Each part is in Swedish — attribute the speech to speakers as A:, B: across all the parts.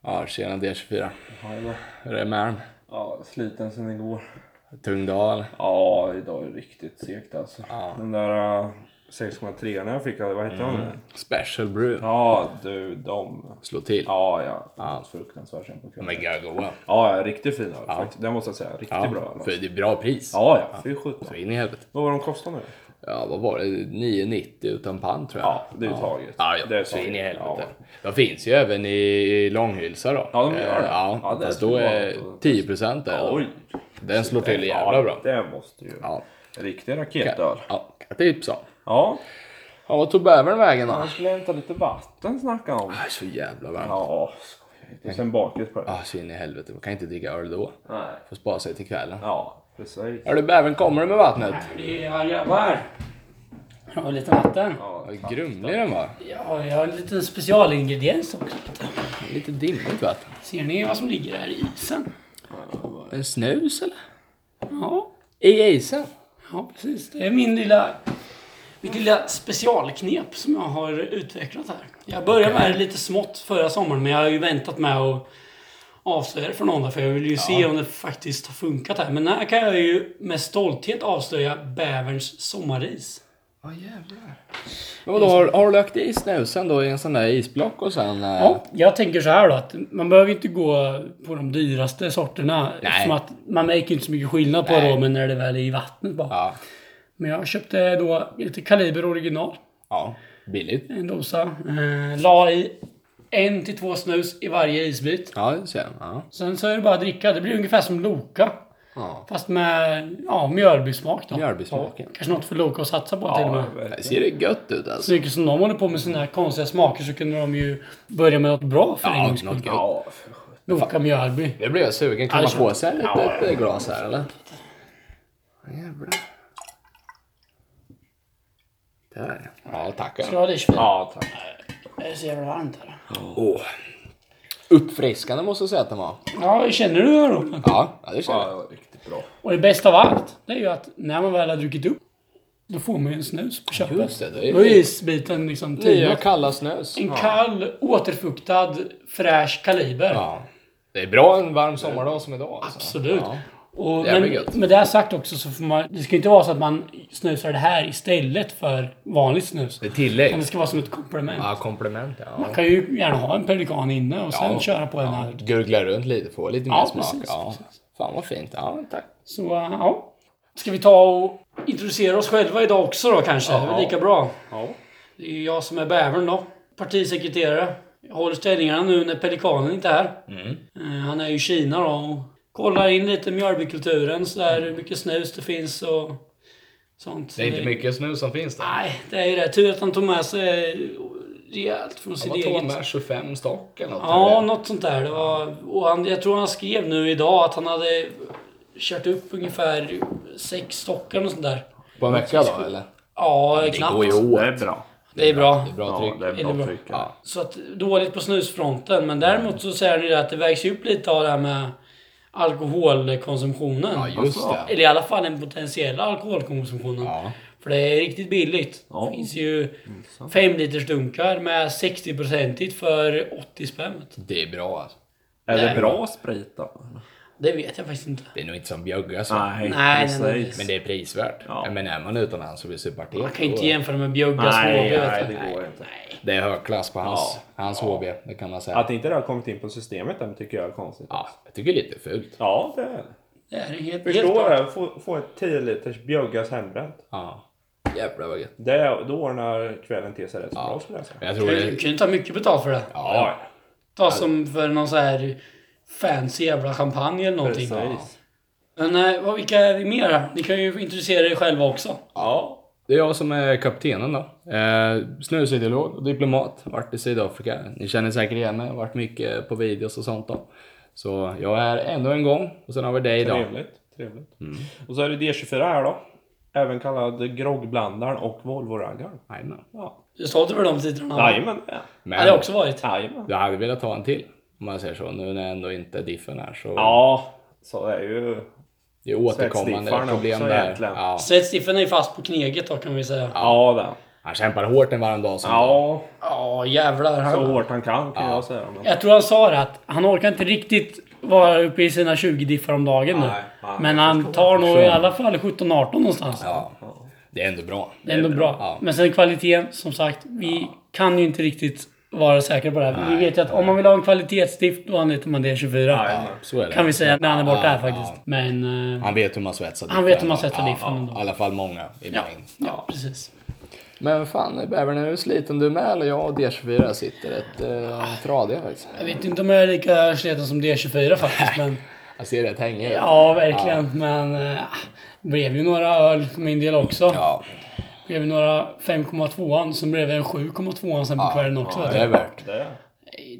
A: match innan D24.
B: Jajamän.
A: Hur är med den?
B: Ja, sliten sen igår.
A: Tung dag eller?
B: Ja, idag är det riktigt segt alltså.
A: Ja.
B: Den där äh, 6,3 när jag fick, eller vad hette de?
A: Special brew.
B: Mm. Ja, du, de.
A: Slå till.
B: Ja, ja.
A: Ja.
B: Fruktansvärt sen på
A: De är
B: kvällen.
A: gagoa.
B: Ja, ja, riktigt fina. faktiskt. Det måste jag säga. Riktigt
A: Ja,
B: bra. i alla fall.
A: för det är bra pris.
B: Ja, ja. Fy
A: Så
B: sjutton.
A: in i helvete.
B: Vad var de kostade nu?
A: Ja, vad var det? 9,90 utan pant tror jag.
B: Ja, det är ju taget.
A: Ja, ja.
B: Det är
A: så in i
B: taget.
A: helvete. De finns ju även i Långhylsa då.
B: Ja, de gör det.
A: Eh, Ja,
B: Ja, det
A: fast
B: skulle
A: då
B: vara
A: är
B: något att
A: 10% där.
B: Ja.
A: då.
B: Oj.
A: Den slår till
B: Ja,
A: jävla bra.
B: Det måste ju.
A: Ja,
B: Riktig raketöl.
A: ja typ så.
B: Ja.
A: Ja, vad tog bävern vägen då?
B: Han skulle hämta lite vatten snackade han om.
A: Ah, så jävla varmt. Ja.
B: Ja, skoj. Och sen bakis på det.
A: Ah, så in i helvete. Man kan inte dricka öl då.
B: Nej.
A: Får spara sig till kvällen.
B: Ja, precis.
A: Hörru bävern, kommer du med vattnet?
C: Ja grabbar! Jag har lite vatten.
B: Ja,
A: Vad grumlig den var.
C: Ja, jag har en liten specialingrediens också.
A: Lite dimmigt vatten.
C: Ser ni vad som ligger här i isen?
A: En snus eller?
C: Ja,
A: I isen?
C: ja precis. Det är min lilla, mitt lilla specialknep som jag har utvecklat här. Jag började med det lite smått förra sommaren men jag har ju väntat med att avslöja det för någon där, för jag vill ju se om det faktiskt har funkat här. Men här kan jag ju med stolthet avslöja bäverns sommaris.
A: Ja jävlar. Men vadå, har, har du lagt i snusen då i en sån där isblock och sen... eh,
C: Ja, jag tänker så här då att man behöver inte gå på de dyraste sorterna. Eftersom att man märker inte så mycket skillnad på
A: Nej.
C: dem när det väl är i vattnet bara.
A: ja.
C: Men jag köpte då lite Kaliber original.
A: Ja. Billigt.
C: En dosa. Eh, la i en till två snus i varje isbit.
A: Ja, det ser jag. Ja.
C: Sen så är det bara att dricka. Det blir ungefär som Loka.
A: ja.
C: Fast med ja, mjölbysmak då.
A: Mjölbysmaken.
C: Kanske något för Loka att satsa på till och med.
A: Det ser det gött ut alltså.
C: Så mycket som de håller på med sina konstiga smaker så kunde de ju börja med något bra för en
A: Ja,
C: gångs skull.
A: något gött.
C: Loka Mjölby.
A: Nu blev jag sugen. Kan
C: Ja,
A: man
C: det
A: få sig ett litet glas här eller? Jävlar. Där. Ja, tack.
C: Ska du ha det
B: Ja, tack.
C: Det är så jävla varmt här.
A: Åh. Uppfriskande måste jag säga att den var.
C: Ja, känner du aromen?
A: Ja, ja det känner
B: Ja, det
A: jag.
B: var riktigt bra.
C: Och det bästa av allt, det är ju att när man väl har druckit upp, då får man ju en snus på köpet.
A: Just det, det
C: Då är
A: är
C: isbiten liksom
A: nya
C: tina.
A: kalla snus.
C: En kall, återfuktad, fräsch kaliber.
A: Ja. Det är bra en varm sommardag som idag. Alltså.
C: Absolut.
A: Ja.
C: Och,
A: Jävligt
C: men
A: gött.
C: med det här sagt också så får man, det ska inte vara så att man snusar det här istället för vanligt snus.
A: Det är
C: Men det
A: tillägg.
C: ska vara som ett komplement.
A: Ja, komplement ja.
C: Man kan ju gärna ha en pelikan inne och sen
A: Ja.
C: köra på en här.
A: Gurgla runt lite, få lite
C: Ja,
A: mer smak.
C: precis,
A: ja. Fan vad fint. Ja, tack.
C: Så äh, ja. Ska vi ta och introducera oss själva idag också då kanske? Det är väl lika bra.
B: Ja.
C: Det är jag som är bävern då. Partisekreterare. Jag håller ställningarna nu när pelikanen inte är här.
B: Mm.
C: Eh, Han är ju i Kina då och kollar in lite Mjölbykulturen sådär. Hur mycket snus det finns och sånt.
A: mycket snus som finns där.
C: Nej, det är ju det. Tur att han tog med sig rejält från sitt eget.
A: 25 stock eller något?
C: Ja, något sånt där. Det var, och han, jag tror han skrev nu idag att han hade kört upp ungefär sex stockar och sånt där.
A: På en vecka då eller?
C: Ja, knappt.
A: åt.
B: Det är bra.
C: Det är bra.
A: Det är bra
B: Ja,
A: tryck.
B: det är
C: Är det
B: bra
C: bra?
B: tryck.
A: Ja.
C: Så att, dåligt på snusfronten. Men däremot så säger ni att det vägs ju upp lite av det här med alkoholkonsumtionen.
A: Ja, just det.
C: Eller i alla fall den potentiella alkoholkonsumtionen.
A: Ja.
C: För det är riktigt billigt.
B: Ja.
C: Det finns ju 5 liters dunkar med 60 för 80 spänn.
A: Det är bra alltså.
B: Är
C: Nej.
B: det bra sprit då?
C: Det vet jag faktiskt inte.
A: Det är nog inte som bjögga så.
B: Nej,
C: nej,
B: precis.
C: nej.
A: Men det är prisvärt.
B: Ja.
A: Men är man utomlands och vill supa till.
C: Man kan ju
A: då-
C: inte jämföra med bjögga
B: Nej,
C: småbjörn.
B: nej, det går inte.
A: Det är högklass på hans, hans HB. Det kan man säga.
B: Att inte det har kommit in på systemet än tycker jag är konstigt.
A: Ja, jag tycker det är lite fult.
B: Ja, det är det.
C: Det är helt, helt
B: Förstår
C: klart.
B: det? Få, få ett 10 liters bjöggas hembränt.
A: Ja. Jävlar vad gött.
B: Det, är- då ordnar kvällen till sig rätt så bra skulle jag säga.
A: Men jag tror
C: Du
A: det...
C: kan ju ta mycket betalt för det.
A: Ja,
C: Ta som för någon så här fancy jävla champagne eller någonting.
B: Precis.
C: Men eh, vad- vilka är vi mer här? Ni kan ju introducera er själva också.
B: Ja.
A: det är jag som är kaptenen då. Eh, snusideolog och diplomat. Varit i Sydafrika. Ni känner säkert igen mig. Varit mycket på videos och sånt då. Så jag är här ännu en gång. Och sen har vi dig idag.
B: Trevligt. Trevligt. Och så är det D24 här då. Även kallad groggblandaren och Volvo-raggaren.
A: Jajamän.
B: Ja.
C: Du är stolt över de titlarna? va?
B: Jajamän. ja.
C: Det hade
A: Men
C: jag också varit.
B: Jajamän.
A: jag hade velat ta en till. Om man säger så. Nu när ändå inte diffen är så...
B: Ja, så det är ju
A: Det är återkommande
B: Svetsdiffaren
A: problem
B: också
A: där.
B: egentligen.
A: Ja.
C: Svetsdiffen är ju fast på kneget då kan vi säga.
B: Ja, den.
A: Han kämpar hårt en varm dag. Som
B: Ja,
D: Ja, jävlar.
B: så
D: Han,
B: hårt han kan kan jag säga. Men...
C: Jag tror han sa det att han orkar inte riktigt vara uppe i sina 20 diffar om dagen nu.
B: Nej, nej,
C: Men han tar nog i alla fall 17-18 någonstans.
A: Ja. Det är ändå bra.
C: det är ändå bra.
A: Ja.
C: Men sen kvaliteten, som sagt. Vi kan ju inte riktigt vara säkra på det här. Vi vet ju att om man vill ha en kvalitetsstift då anlitar man D24.
A: Så är det.
C: Kan vi säga när han är borta
A: Ja,
C: här faktiskt. Men... eh,
A: Han vet hur man svetsar
C: Han vet hur man svetsar diffen
A: ja,
C: ändå.
A: I alla fall många i
C: Ja,
A: min.
C: ja, precis.
A: Men fan, Bävern, är du sliten du med? Eller jag och D24 sitter rätt eh, tradiga faktiskt.
C: Jag vet inte om jag är lika sliten som D24 faktiskt, men...
A: Jag ser rätt hängig ut.
C: Ja, verkligen. Men... eh, Det blev ju några öl för min del också.
A: Ja,
C: Det blev ju några 5,2an, sen blev det en 7,2an sen på kvällen också.
A: det är värt.
B: Det är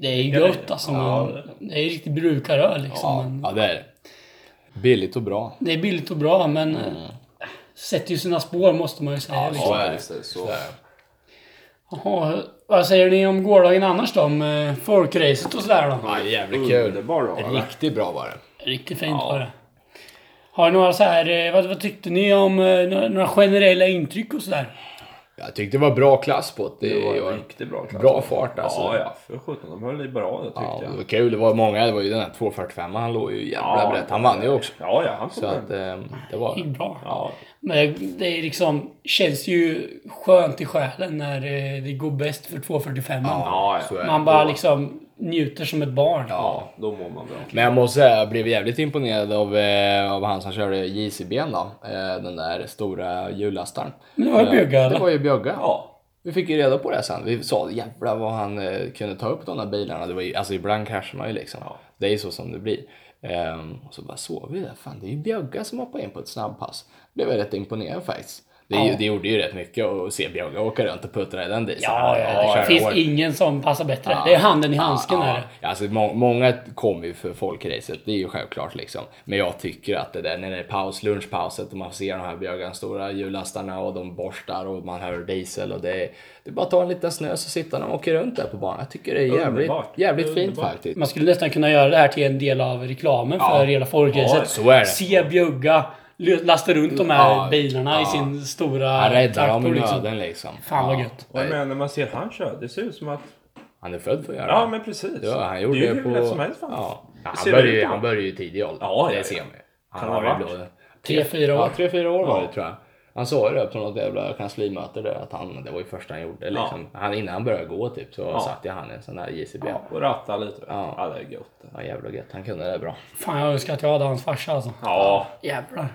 C: Det är ju gött alltså.
B: Ja,
C: Man, det är ju riktigt brukaröl liksom.
A: Ja,
C: Men
A: ja, det är det. Billigt och bra.
C: det är billigt och bra men eh, sätter ju sina spår måste man ju säga. liksom.
A: är det.
B: Så är det.
C: Jaha, vad säger ni om gårdagen annars då? Om eh, folkracet och sådär då?
A: Ja, jävligt kul.
B: Underbar dag, eller?
A: Riktigt bra var det.
C: Riktigt fint var det. Har ni några så här, eh, vad, vad tyckte ni om eh, några, några generella intryck och sådär?
A: Jag tyckte det var bra klass på det.
B: Det var
A: jag-
B: riktigt bra klass.
A: Bra fart alltså.
B: Ja, ja. För sjutton, de höll i bra det tyckte
A: Ja, det
B: jag.
A: var kul. Det var många. Det var ju den här 245 han låg ju jävla
B: Ja.
A: brett. Han vann ju också.
B: Ja, ja, han
A: Så
B: får
A: att
B: den.
A: eh, det var...
C: Gick bra.
B: Ja,
C: Men det, det är liksom, känns ju skönt i själen när eh, det går bäst för 2.45.
B: ja,
A: så
B: ja.
A: är det.
C: Man bara liksom njuter som ett barn.
B: ja, då mår man bra.
A: Men jag måste säga, jag blev jävligt imponerad av, eh, av han som körde JCB då. Eh, den där stora hjullastaren.
C: Men det var ju
A: Eh,
C: Bjögge, eller?
A: Det var ju Bjögge.
B: Ja,
A: Vi fick ju reda på det sen. Vi sa jävlar vad han eh, kunde ta upp de där bilarna. Det var ju, alltså ibland kraschar man ju liksom. Det är ju så som det blir. Ehm, och så bara såg vi det. Fan det är ju Bjögga som hoppar in på ett snabbpass. Blev jag rätt imponerad faktiskt. Det, är ju, det gjorde ju rätt mycket att se Bjögga åka runt och puttra i den dieseln.
C: Ja, ja, det
A: Köra
C: finns
A: hårt.
C: ingen som passar bättre. Det är handen i handsken
A: Ja,
C: är det.
A: ja, alltså, må- många kommer ju för folkracet, det är ju självklart liksom. Men jag tycker att det där när det är paus, lunchpauset och man ser de här Björgans stora hjulastarna och de borstar och man hör diesel och det är, det är bara att ta en liten snö så sitter de och åker runt där på banan. Jag tycker det är jävligt,
B: Underbart.
A: jävligt fint
B: Underbart.
A: faktiskt.
C: Man skulle nästan kunna göra det här till en del av reklamen för hela folkracet.
A: Ja, så är det.
C: Se Bjugga lasta runt de här
A: Ja,
C: bilarna i
A: ja.
C: sin stora
A: Han räddar dem i
C: traktor,
A: nöden liksom.
C: Fan vad
A: Ja.
C: gött.
B: och jag menar när man ser han köra, det ser ut som att...
A: Han är född för att göra
B: Ja,
A: det.
B: men precis.
A: Ja, han gjorde
B: det är
A: det,
B: ju hur
A: på...
B: lätt som helst fan.
A: Ja. Han
B: ser
A: började
B: det
A: ju,
B: ut på.
A: han började ju i tidig ålder.
B: Ja, ja,
A: det
B: ja.
A: ser man ju. Han
B: Kan
A: har
B: ha
A: ju
B: varit
A: blodet.
C: Tre, fyra
A: Ja,
C: år.
A: tre, fyra år var det tror jag. Han sa ju det på något jävla kanslimöte där att han, det var ju första han gjorde liksom. Han, innan han började gå typ så satt ju han i en sån där JCB. Ja.
B: Och ratta lite.
A: Ja.
B: Ja, det är gött det.
A: jävla gött. Han kunde det bra.
C: Fan jag önskar att jag hade hans farsa alltså.
B: Ja,
C: Jävlar.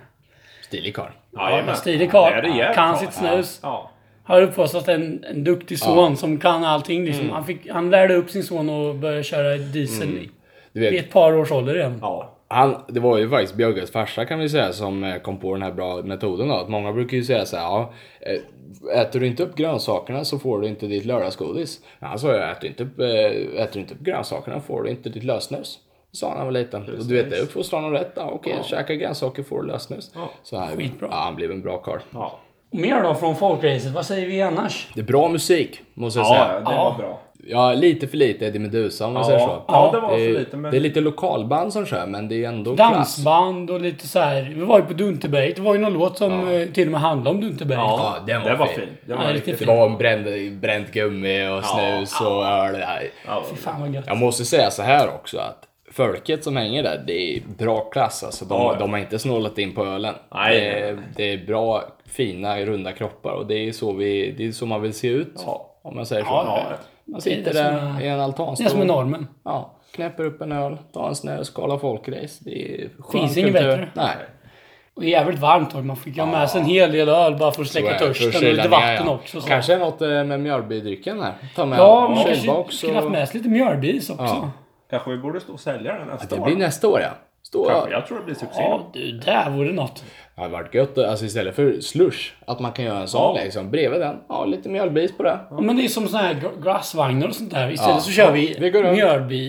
A: Stilig karl.
B: jajamän.
C: Stilig
B: Det är
C: karl.
B: rejält
C: Kan
B: karl.
C: sitt snus.
B: Ja.
C: Har uppfostrat en, en duktig son som kan allting liksom.
A: Mm.
C: Han, fick, han lärde upp sin son att börja köra diesel
A: Du
C: vid
A: vet,
C: ett par års ålder igen.
B: Ja.
A: han, det var ju faktiskt Björkes farsa kan vi säga som eh, kom på den här bra metoden då. Att många brukar ju säga så här, ja, eh, äter du inte upp grönsakerna så får du inte ditt lördagsgodis. Men Han sa ju, äter du inte upp, eh, äter du inte upp grönsakerna får du inte ditt lössnus. Sa han när han var liten. Och du vet, det uppfostrar honom rätt. Ja, okej, käka grönsaker får du lössnus. Så här,
C: Skitbra.
A: Ja, han blev en bra karl.
B: Ja,
C: Mer då från folkracet? Vad säger vi annars?
A: Det är bra musik, måste jag
B: ja
A: säga.
B: det var bra.
A: Ja, lite för lite Eddie Meduza om man säger så.
B: Ja, ja, det var
A: det, är,
B: för lite men...
A: det är lite lokalband som kör, men det är ändå klass.
C: Dansband och lite så här. Vi var ju på Dunterberg. Det var ju någon låt som eh, till och med handlade om Dunterberg.
A: Ja, den var
B: det var
A: fin.
B: fin. Det
C: Ja,
B: var
C: det är
B: riktigt
C: riktigt
A: Det
B: fin.
A: var en bränd, bränt gummi och snus och öl. Nej.
B: Ja,
C: Fy fan vad gött.
A: Jag måste säga så här också att folket som hänger där, det är bra klass alltså. De,
B: Ja, ja.
A: de har inte snålat in på ölen.
B: Nej,
A: det, är,
B: nej,
A: det är bra, fina, runda kroppar och det är så, vi, det är så man vill se ut. Om man säger så.
C: Ja,
B: ja.
A: Man
C: Det
A: sitter
C: är det
A: där
C: som är-
A: i en
C: Det är som är
A: altanstol.
C: normen.
A: Ja, knäpper upp en öl, tar en snö, skalar folkrace. Det är skön
C: Finns inget
A: kultur.
C: bättre.
A: Nej.
C: Och det är jävligt varmt och man fick ju ha med sig en hel del öl bara för att
A: Så är
C: släcka
A: det. För
C: törsten
A: att
C: och
A: kyla
C: lite
A: ner,
C: vatten
A: ja.
C: också. Så.
A: Kanske något eh, med mjölbydrycken här. Ta med
C: Ja, man kanske
A: kylbox
C: skulle haft
A: och...
C: med sig lite mjölbis också. Ja.
B: Kanske vi borde stå och sälja den nästa
A: Det blir
B: år.
A: nästa år ja. Stå...
B: Kanske. Jag tror det blir succé.
C: du, där vore något.
A: Det hade varit gött alltså, istället för slush, att man kan göra en sån
B: Ja.
A: liksom. Bredvid den, ja lite mjölbis på det.
C: Ja. Men det är som såna här gr- glassvagnar och sånt där. Istället
A: Ja.
C: så kör vi,
A: Vi går runt.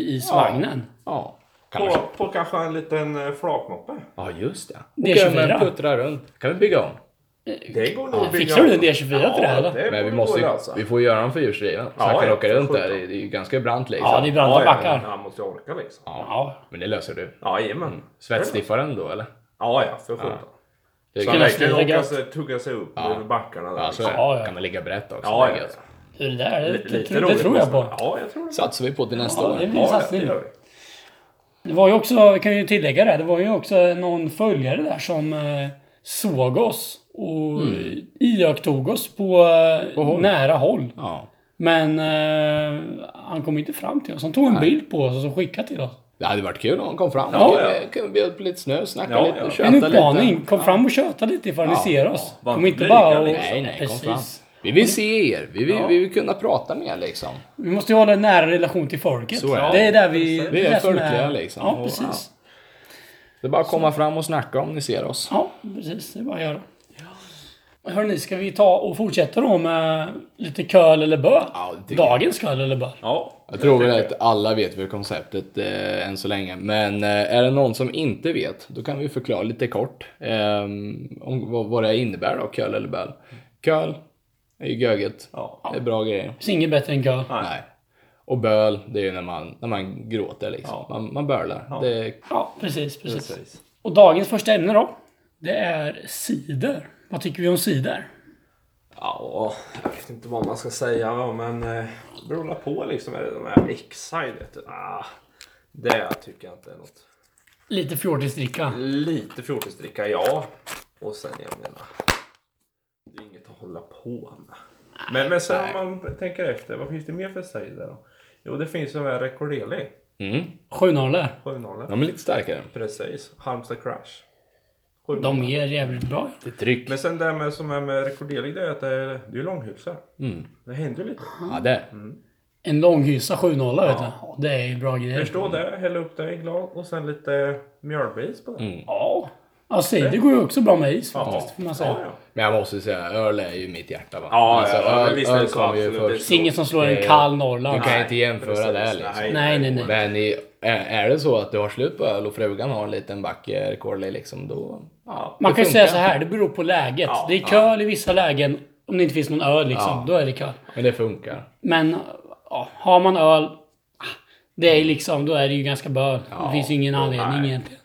C: mjölbi-isvagnen.
A: Ja, kan man...
B: På, på kanske en liten eh, flakmoppe.
A: ja just det.
C: Det är
A: Och även
C: 24.
A: puttra runt. kan vi bygga om.
B: Det går nog att bygga
C: Fixar du en
B: upp.
C: D24 till det här eller?
B: det
A: Men vi,
B: borde
A: måste
B: gå
A: ju,
B: att lösa.
A: vi får göra dem fyrhjulsdrivna. Så
B: Ja,
A: han kan
B: ja,
A: åka runt
B: för
A: där.
B: sjutton.
A: Det är ju ganska brant liksom.
C: Ja, det är
B: Ja,
C: branta
B: ja, men
C: backar.
B: Han måste ju orka liksom.
C: Ja.
A: Men det löser du.
B: Ja, Jajamän.
A: Svetsstiffaren då eller?
B: Ja, ja, för sjutton.
A: Det
B: Så han
A: kan,
B: verkar ju
C: snurra
B: åka
C: gött.
B: sig, tugga sig upp med backarna där.
A: ja, så
C: Ja,
A: är det.
C: ja.
A: kan man ligga brett också.
B: Ja,
A: det är
B: ja,
A: gött.
B: ja.
C: Det där, det, det,
B: Lite
C: det,
B: roligt
C: tror jag
B: måste
C: på.
B: man- Ja, jag tror det.
A: satsar vi på till nästa
C: Ja,
A: år.
C: det blir
B: Ja,
C: satsning.
B: det gör vi.
C: Det var ju också, kan jag ju tillägga det, det var ju också någon följare där som eh, såg oss och iakttog oss på, eh,
A: Mm. håll.
C: nära håll.
A: Ja.
C: Men eh, han kom inte fram till oss. Han tog en bild på oss och så skickade till oss.
A: Det hade varit kul om de kom fram.
B: Ja,
A: Ja,
B: ja.
A: ja. Kunde bjuda på lite snö, snacka
B: Ja,
A: lite
B: ja.
A: och
B: En
A: köta
C: En
A: lite.
C: uppmaning. Kom fram och köta lite ifall ni
A: Ja,
C: ser oss.
B: var
C: Kom
B: inte
C: inte bara och...
B: blyga,
A: Nej, nej, kom
C: Precis.
A: fram. Vi vill se er. Vi vill, vi vill kunna prata med er liksom.
C: Vi måste ju hålla en nära relation till folket.
A: Så är det.
C: det är där vi...
A: Vi är
C: det som
A: folkliga, liksom.
C: Ja, precis.
A: Det är bara att komma fram och snacka om ni ser oss.
C: Ja, precis. Det är bara att göra. Hörni, ska vi ta och fortsätta då med lite köl eller bö?
A: Ja, det tycker jag.
C: Dagens köl eller bö?
B: Ja,
A: Jag tror väl att alla vet väl konceptet eh, än så länge. Men eh, är det någon som inte vet, då kan vi förklara lite kort eh, om vad, vad det innebär då, köl eller böl. Köl är ju göget.
B: Ja.
A: Det är bra grejer.
C: Det finns inget bättre än köl.
B: Nej.
A: Nej. Och böl, det är ju när man, när man gråter liksom.
B: Ja.
A: Man, man bölar. Det är
C: Ja, precis, precis.
B: precis.
C: Och dagens första ämne då? Det är cider. Vad tycker vi om cider?
B: Ja, jag vet inte vad man ska säga va, men eh, det beror väl på liksom. Är det de här excited? Ah, det tycker jag inte är något.
C: Lite fjortisdricka.
B: Lite fjortisdricka, ja. Och sen jag menar. Det är inget att hålla på med. Men, men sen om man tänker efter, vad finns det mer för cider då? Jo, det finns de här Recordeli.
A: Mm.
C: Sjunorle.
B: 7-0.
A: De är lite starkare.
B: Precis. Halmstad Crash. 7-0.
C: De är jävligt bra.
A: Det är tryck.
B: Men sen det här med, som är med Recordeli, det är att det är, det är långhylsor.
A: Mm.
B: Det händer lite.
A: Ja, det.
C: En långhysa 7-0 vet du. Ja, Det är ju bra grejer.
B: Förstå det, häll upp det i glas och sen lite mjölbis på det.
A: Mm.
C: Ja. Ja, cider går ju också bra med is faktiskt. Får man säga.
B: Ja, ja.
A: Men jag måste ju säga, öl är ju mitt hjärta. Va? Alltså,
B: Ja, ja, ja, men
A: öl,
B: visst är det
A: öl
B: så,
A: kommer ju
B: absolut.
A: först.
C: Finns inget som slår en
A: Det-
C: kall Norrland.
A: Du kan
B: Nej,
A: inte jämföra det
B: precis.
A: liksom.
C: Nej, nej, nej.
A: Men i, är, är det så att du har slut på öl och frugan har en liten back eh, Corley liksom, då...
B: Ja.
C: Man
A: Det
C: kan ju
A: funkar.
C: säga så här, det beror på läget.
B: Ja,
C: det är köl i vissa lägen. Om det inte finns någon öl liksom,
A: Ja.
C: då är det köl.
A: Men det funkar.
C: Men ja, har man öl, ah, det är liksom, då är det ju ganska böl. det finns ju ingen anledning egentligen.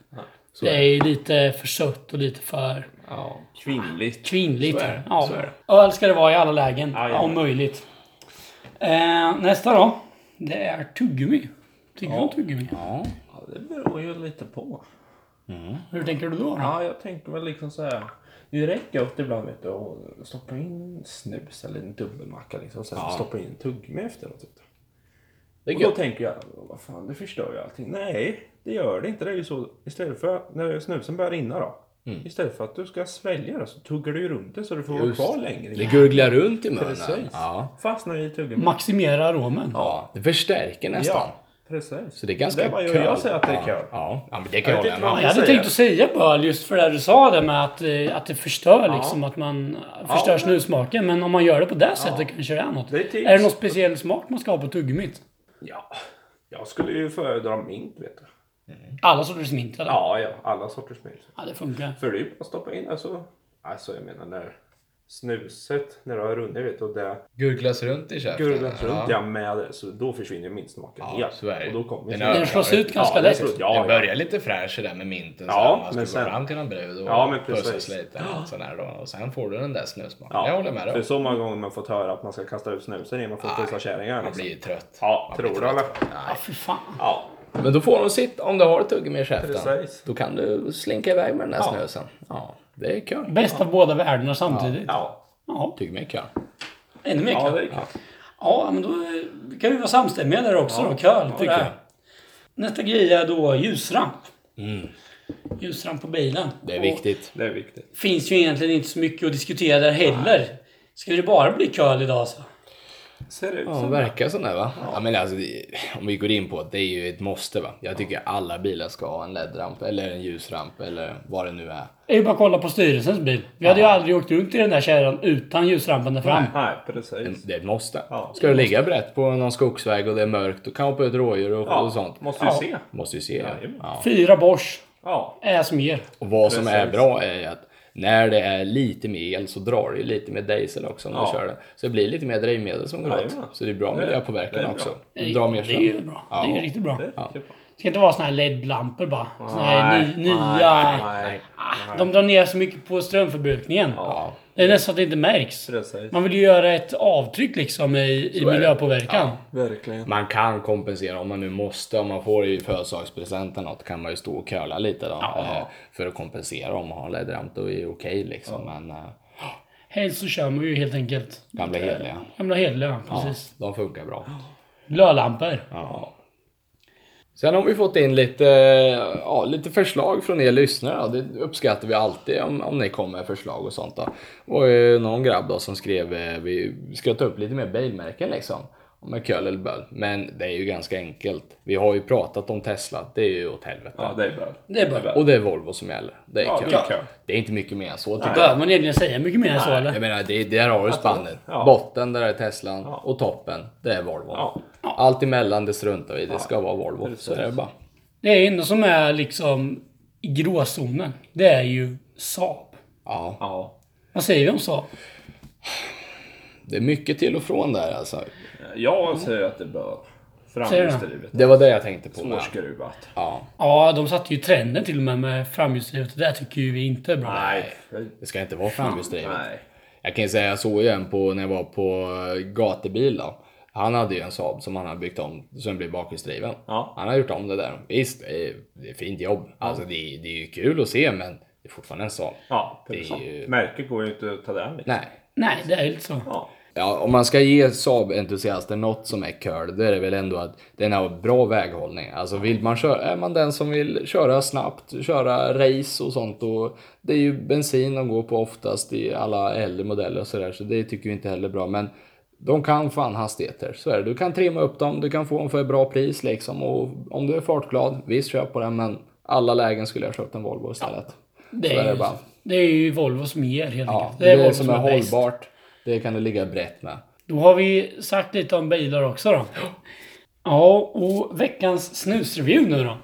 A: Så
C: Det
A: är
C: är ju lite för sött och lite för
A: Ja.
B: Kvinnligt.
C: kvinnligt.
A: Så är det,
C: Ja.
A: så är
C: Öl ska det vara i alla lägen,
B: Jajamän.
C: om möjligt. Eh, nästa då. Det är tuggummi. Tycker du om tuggummi?
B: Ja, det beror ju lite på.
C: Hur tänker du då? då?
B: Ja, jag tänker väl liksom så här. Det räcker gott ibland vet du att stoppa in snus eller en dubbelmacka liksom. Sen stoppa in tuggummi efteråt. Vet du.
A: Det är
B: Och då
A: gött.
B: tänker jag, vad fan det förstör ju allting. Nej, det gör det inte. Det är ju så istället för när snusen börjar rinna då. Istället för att du ska svälja det så tuggar du ju runt det så du får vara
A: Mm. Just.
B: kvar längre.
A: Det gurglar runt i munnen.
B: Precis.
A: Ja.
B: Fastnar i tuggummi.
C: Maximera aromen.
A: ja. Det förstärker nästan.
B: Ja, precis.
A: Så det är ganska
B: Det var ju
A: kul.
B: jag säger att det är kul.
A: Ja, ja men det kan
B: Jag
A: jag hålla
B: tycker
A: med
B: man-
A: om.
C: Jag hade
B: säger.
C: tänkt att säga böl just för det du sa där med att, eh, att det förstör liksom. Att man förstör
B: men-
C: smaken. Men om man gör det på det sättet kanske det är något.
B: Det är tips.
C: är det någon speciell smak man ska ha på tuggummit?
B: Ja, jag skulle ju föredra mint vet du.
C: Alla sorters mint eller?
B: Ja, ja, alla sorters mint.
C: Ja, det funkar.
B: För det är ju bara att stoppa in alltså. Alltså jag menar när snuset, när det har runnit vet du, och det
A: Gurglas runt i käften.
B: gurglas
A: Ja.
B: runt ja med det, så då försvinner min smak
A: Ja,
B: helt.
A: så är det.
B: Och då kommer
A: Den
B: ju-
A: ökar.
C: Den slås ut ganska
B: Ja,
C: lätt.
B: den slås-
A: Ja,
B: Ja,
A: det
B: ja.
A: börjar lite fräsch där med minten.
B: Ja,
A: Ja, man ska
B: men
A: gå
B: sen-
A: fram till någon brud och
B: Ja, men precis.
A: pussas lite. Och, sån här då. och sen får du den där snusmaken.
B: Ja,
A: Jag håller med
B: För
A: dig.
B: så många gånger man fått höra att man ska kasta ut snusen innan man får pussa kärringar.
A: Man
B: Liksom.
A: blir ju trött.
B: Ja,
A: Man
B: tror
A: blir
B: du
A: trött.
B: eller?
C: Ja, fy fan.
B: Ja,
A: Men då får de sitt om du har ett tuggummi i käften.
B: Precis.
A: Då kan du slinka iväg med den där
B: Ja.
A: snusen. Ja, det är kul.
C: Bäst av båda världarna samtidigt.
B: ja.
C: Ja,
A: Tuggummi är kul.
C: ännu mer
B: Ja, det
C: köl.
B: är klart.
C: Ja, men då eh, kan vi vara samstämmiga där också då. Köl på det
A: tycker
C: här. Nästa grej är då ljusramp. Ljusramp på bilen.
A: Det är
C: Och
A: viktigt.
B: Mm. Det är viktigt.
C: finns ju egentligen inte så mycket att diskutera där heller. Ska det bara bli köl idag alltså? så?
B: Ser det ut
A: Ja,
B: som.
A: verkar sådär va? Ja. men alltså, det- om vi går in på att det är ju ett måste va. Jag tycker alla bilar ska ha en LED-ramp eller en ljusramp eller vad det nu är.
C: Det är ju bara att kolla på styrelsens bil. Vi hade ju aldrig åkt runt i den där kärran utan ljusrampen där fram.
B: Nej, precis.
A: Det är ett måste.
B: Ja.
A: Ska du ligga brett på någon skogsväg och det är mörkt och kan hoppa ut rådjur och,
B: Ja,
A: och sånt.
B: måste ju se.
A: Måste ju se. Ja.
B: Jajamän.
A: Ja.
C: Fyra Bosch
B: Ja,
C: är som ger.
A: Och vad som
B: Precis.
A: är bra är ju att när det är lite mer el så drar det ju lite mer diesel också om
B: Ja.
A: du kör det. Så det blir lite mer drivmedel som går åt.
B: Jajamän.
A: Så det är bra
B: Det-
A: miljöpåverkan
B: det är bra.
A: också. Det drar mer
C: Det är ju
A: ström.
C: bra.
A: Ja.
C: Det är ju riktigt bra.
B: det är riktigt bra.
C: Det ska inte vara såna här LED-lampor bara. Såna här
B: Nej,
C: ny,
B: nej,
C: nya... Ah,
B: nej, nej.
C: De drar ner så mycket på strömförbrukningen.
B: Ja,
C: Det är nästan att det inte märks.
B: precis.
C: Man vill ju göra ett avtryck liksom i, i
A: är det.
C: miljöpåverkan.
B: Verkligen.
A: Man kan kompensera om man nu måste. Om man får i födelsedagspresent eller något kan man ju stå och köla lite då. eh, För att kompensera om man har ledramp. Då är det okej liksom. Men eh,
C: Helst så kör man ju helt enkelt
A: gamla heliga.
C: gamla hederliga.
A: Ja,
C: Precis.
A: de funkar bra.
C: Glödlampor.
A: Ja. Sen har vi fått in lite, eh, ja, lite förslag från er lyssnare. då. Det uppskattar vi alltid om, om ni kommer med förslag och sånt. Då. Det var ju någon grabb då som skrev eh, vi ska ta upp lite mer bilmärken liksom. Med köl eller böl. Men det är ju ganska enkelt. Vi har ju pratat om Tesla. Det är ju åt helvete.
B: Ja, det är bra.
C: Det är bara...
A: Och det är Volvo som gäller. Det är
B: Ja,
A: kul.
B: det är kul.
A: Det är inte mycket mer än så tycker jag.
C: Behöver man egentligen säga mycket mer än så eller?
A: Jag menar, det, där har du spannet.
B: Alltså, Ja.
A: Botten, där är Teslan.
B: Ja.
A: Och toppen, det är Volvo.
B: Ja.
A: Allt emellan, det struntar vi i. Det ska vara Volvo. Så är det bara.
C: Det är enda som är liksom i gråzonen. Det är ju Saab.
A: Ja,
B: Ja.
C: Vad säger vi om Saab?
A: det är mycket till och från där alltså.
B: Jag säger att det är bra. Framhjulsdrivet.
A: Det var det jag tänkte på. med.
B: Svårskruvat.
A: Ja,
C: Ja, de satte ju trenden till och med med framhjulsdrivet. Det där tycker ju vi inte är bra.
B: Nej.
A: det ska inte vara framhjulsdrivet.
B: Nej.
A: Jag kan ju säga, jag såg ju en på, när jag var på eh, gatubil då. Han hade ju en Saab som han hade byggt om så den blev bakhjulsdriven.
B: Ja.
A: Han har gjort om det där. Visst, det är, det är fint jobb. Alltså det, är- det är ju kul att se men det är fortfarande en Saab.
B: Ja,
A: Det är
B: precis.
A: ju-
B: Märket går ju inte att ta den liksom.
A: Nej.
C: Nej, det är ju lite så.
B: Ja.
A: Ja, om man ska ge Saab-entusiaster något som är curl, då är det väl ändå att den har bra väghållning. Alltså vill man köra, är man den som vill köra snabbt, köra race och sånt och det är ju bensin de går på oftast i alla äldre modeller och sådär, så det tycker vi inte heller är bra. Men de kan fan hastigheter, så är det. Du kan trimma upp dem, du kan få dem för ett bra pris liksom och om du är fartglad, visst köp på den men alla lägen skulle jag köpt en Volvo istället.
C: Det
A: Så är
C: är,
A: det
C: ju,
A: bara.
C: det är ju Volvo som ger helt
A: Ja,
C: enkelt.
A: det är det
C: Volvo
A: som är
C: bäst.
A: hållbart, det kan du ligga brett med.
C: Då har vi sagt lite om bilar också då. Ja, och veckans snusreview nu då.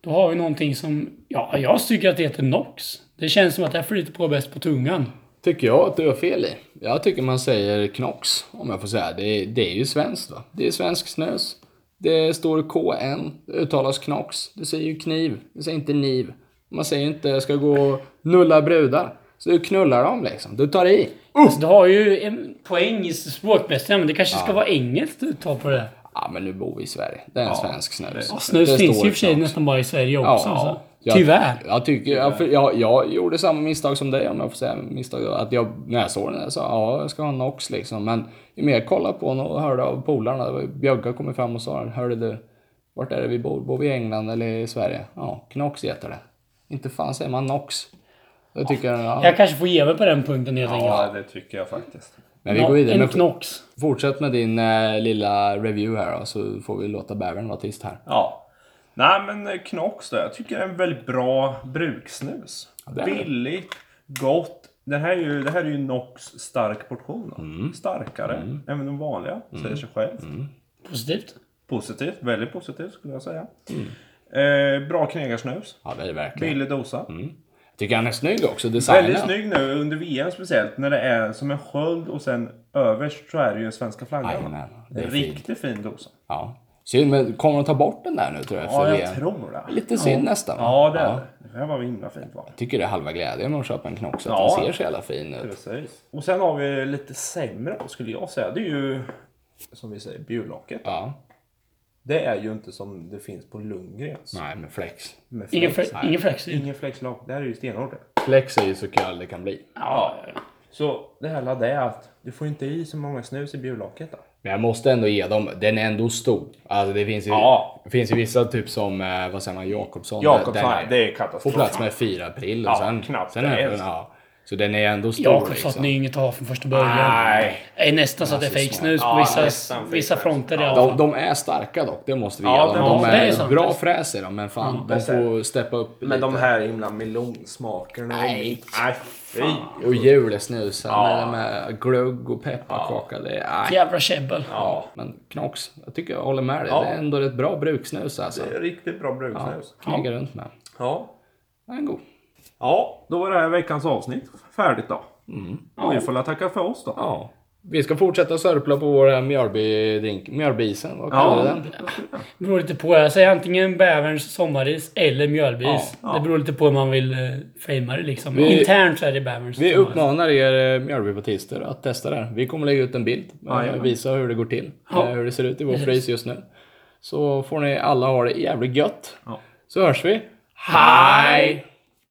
C: Då har vi någonting som, ja, jag tycker att det heter Nox. Det känns som att det här flyter på bäst på tungan.
A: tycker jag att du har fel i. Jag tycker man säger knox, om jag får säga. Det är, det är ju svenskt va? Det är svensk snus. Det står KN, det uttalas knox. Det säger ju kniv, det säger inte niv. Man säger inte jag ska gå och nulla brudar. Så du knullar dem liksom, du tar i.
C: Alltså, det har ju en poäng i språkmästaren, men det kanske ska vara engelskt uttal på det. där.
A: Ja men nu bor vi i Sverige, det är en svensk snus.
C: Ja, snus
A: Alltså, Det
C: finns
A: står
C: ju i och för sig
A: knox.
C: nästan bara i Sverige också. alltså. Tyvärr.
A: Jag, tycker, jag, för jag, jag gjorde samma misstag som dig om jag får säga misstag. Att jag, när jag såg den där, så ja, jag ska ha en Nox liksom. Men ju mer jag kollade på den och hörde av polarna, det var ju- Bjögga kom ju fram och sa hörde du, vart är det vi bor? Bor vi i England eller i Sverige? Ja, Knox heter det. Inte fan säger man Nox. Jag tycker, ja.
C: Jag kanske får ge mig på den punkten helt enkelt.
B: Ja, det tycker jag faktiskt.
A: Men vi går vidare.
C: En
A: Men
C: knox.
A: fortsätt med din eh, lilla review här då, så får vi låta bävern vara tyst här.
B: Ja. Nej men eh, Knox då. Jag tycker det är en väldigt bra bruksnus.
A: det är det.
B: Billigt, gott. Den här är ju, det här är ju Knox stark portion. då.
A: Mm.
B: Starkare än de vanliga, säger sig själv.
C: Positivt.
B: Positivt, väldigt positivt skulle jag säga. Eh, bra knegarsnus.
A: Mm. Ja, Mm. det är det verkligen.
B: Billig dosa.
A: Jag tycker han är snygg också,
B: Väldigt
A: designen.
B: snygg nu under VM speciellt. När det är som en sköld och sen överst så är det ju svenska flaggan.
A: Jajamän, det är
B: Riktigt fin dosa.
A: Ja. Synd, men kommer de ta bort den där nu tror jag?
B: Ja,
A: efter
B: jag
A: VM?
B: tror det.
A: Lite synd nästan. va?
B: Ja, det är det. Det här var himla fint va?
A: Tycker det är halva glädjen med att köpa en knox, att
B: Ja.
A: den ser så jävla fin ut.
B: Precis. Och sen har vi lite sämre då, skulle jag säga. Det är ju som vi säger, bjurlocket.
A: Ja.
B: Det är ju inte som det finns på Lundgrens.
A: Nej, men flex.
B: Med
C: Ingen,
B: flex.
C: fre- ingen flex.
B: Ingen flexlock. Det här är ju stenhårt. det.
A: Flex är ju så kall det kan bli.
B: Ja. Så det hela det är att du får inte i så många snus i bjurlocket. Då.
A: Men jag måste ändå ge dem, den är ändå stor. Alltså det finns ju,
B: Ja.
A: det finns ju vissa typ som, eh, vad säger man, Jakobsson.
B: Jakobsson,
A: Den- den
B: det är katastrof.
A: Får plats med fyra april och
B: Ja,
A: sen...
B: knappt
A: sen är
B: det
A: den,
B: ens.
A: ja. Så den är ändå stor
C: Jakobsson är
A: liksom. Alltså,
C: ju inget att ha från första början.
B: Nej.
C: Det är nästan så att det är fake snus på
B: Ja,
C: vissa,
B: nästan fake
C: vissa
B: snus.
C: fronter i alla fall.
A: De, de är starka dock, det måste vi
B: Ja,
A: ge
B: det
A: dem. De
C: måste- det är
A: är
C: sant.
A: bra fräs i dem, men fan, de
B: det är
A: får steppa upp
B: Men de
A: lite.
B: här himla melonsmakerna. Nej, nej fy.
A: Och julesnusen ja. med glögg och pepparkaka. Det är, aj.
C: Jävla käbbel.
B: Ja.
A: Men Knox, jag tycker jag håller med dig.
B: Ja.
A: Det är ändå ett bra bruksnus alltså.
B: Riktigt bra
A: Ja,
B: bruksnus.
A: Knäga runt med.
B: Ja.
A: Den är god.
B: ja, då var det här veckans avsnitt färdigt då. Och vi får väl tacka för oss då.
A: Ja. Vi ska fortsätta sörpla på vår eh, mjölby-drink. Mjölbisen, vad kallar vi
B: Ja.
A: den?
C: Det beror lite på. Jag säger antingen bäverns sommaris eller mjölbis.
A: Ja,
C: Det beror lite på hur man vill eh, framea det liksom.
A: Vi-
C: Internt så är det bäverns
A: Vi
C: sommaris.
A: uppmanar er eh, mjölbypartister att testa det här. Vi kommer lägga ut en bild. eh,
B: Jajamän.
A: Visa hur det går till.
C: Ja.
A: eh, Hur det ser ut i vår frys just nu. Så får ni alla ha det jävligt gött.
B: Ja.
A: Så hörs vi. Hej!